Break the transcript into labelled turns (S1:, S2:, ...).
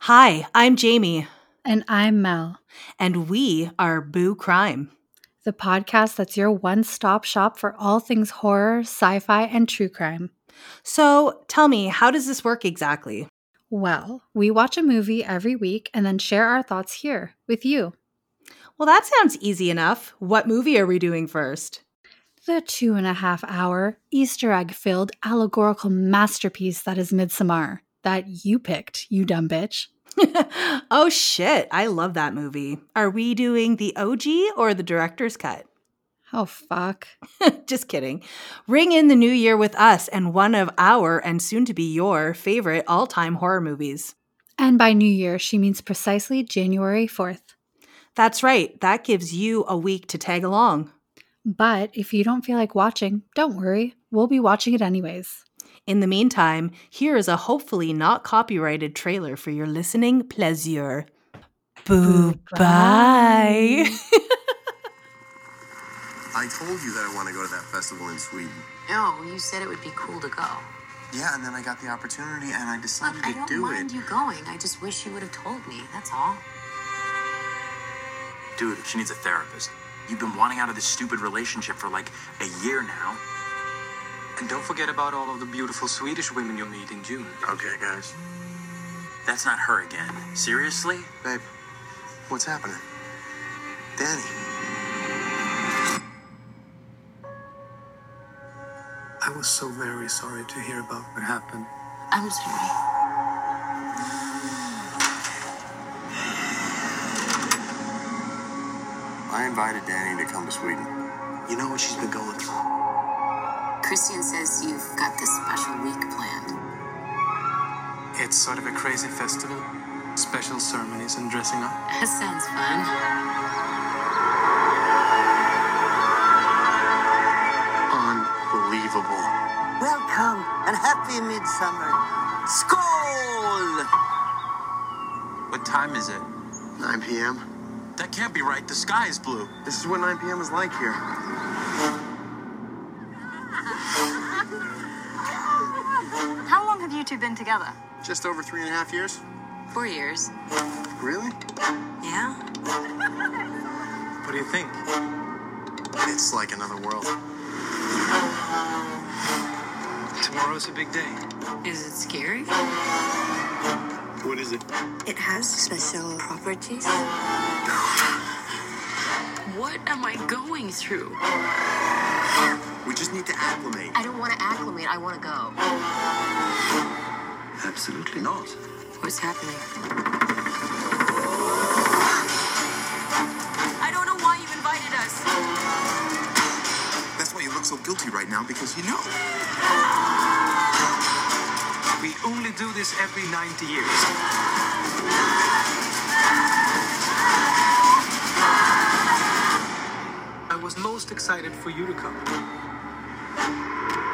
S1: Hi, I'm Jamie,
S2: And I'm Mel,
S1: and we are Boo Crime.
S2: the podcast that's your one stop shop for all things horror, sci fi, and true crime.
S1: So tell me, how does this work exactly?
S2: Well, we watch a movie every week and then share our thoughts here with you.
S1: Well, that sounds easy enough. What movie are we doing first?
S2: The two and a half hour, Easter egg filled, allegorical masterpiece that is Midsommar that you picked, you dumb bitch.
S1: oh, shit. I love that movie. Are we doing the OG or the director's cut?
S2: Oh, fuck.
S1: Just kidding. Ring in the new year with us and one of our and soon to be your favorite all time horror movies.
S2: And by New Year, she means precisely January 4th.
S1: That's right. That gives you a week to tag along.
S2: But if you don't feel like watching, don't worry. We'll be watching it anyways.
S1: In the meantime, here is a hopefully not copyrighted trailer for your listening pleasure. Boo bye.
S3: I told you that I want to go to that festival in Sweden.
S4: No, you said it would be cool to go.
S3: Yeah, and then I got the opportunity and I
S4: Look,
S3: decided
S4: I
S3: to
S4: don't
S3: do
S4: mind
S3: it.
S4: you going. I just wish you would have told me. That's all.
S5: Dude, she needs a therapist. You've been wanting out of this stupid relationship for like a year now.
S6: And don't forget about all of the beautiful Swedish women you'll meet in June.
S3: Okay, guys.
S5: That's not her again. Seriously?
S3: Babe, what's happening? Danny. I was so very sorry to hear about what happened.
S4: I'm sorry.
S3: I invited Danny to come to Sweden. You know what she's been going through.
S4: Christian says you've got this special week planned.
S6: It's sort of a crazy festival, special ceremonies and dressing up.
S4: That sounds fun.
S3: Unbelievable.
S7: Welcome and happy midsummer. Skål!
S3: 9 p.m.
S5: That can't be right. The sky is blue.
S3: This is what 9 p.m. is like here.
S4: How long have you two been together?
S3: Just over three and a half years.
S4: Four years.
S3: Really?
S4: Yeah?
S6: What do you think?
S3: It's like another world.
S6: Tomorrow's a big day.
S4: Is it scary?
S3: What is it?
S4: It has special properties. What am I going through?
S3: We just need to acclimate.
S4: I don't want to acclimate. I want to go.
S3: Absolutely not.
S4: What's happening? I don't know why you invited us.
S3: That's why you look so guilty right now because you know.
S6: We only do this every 90 years. I was most excited for you to come.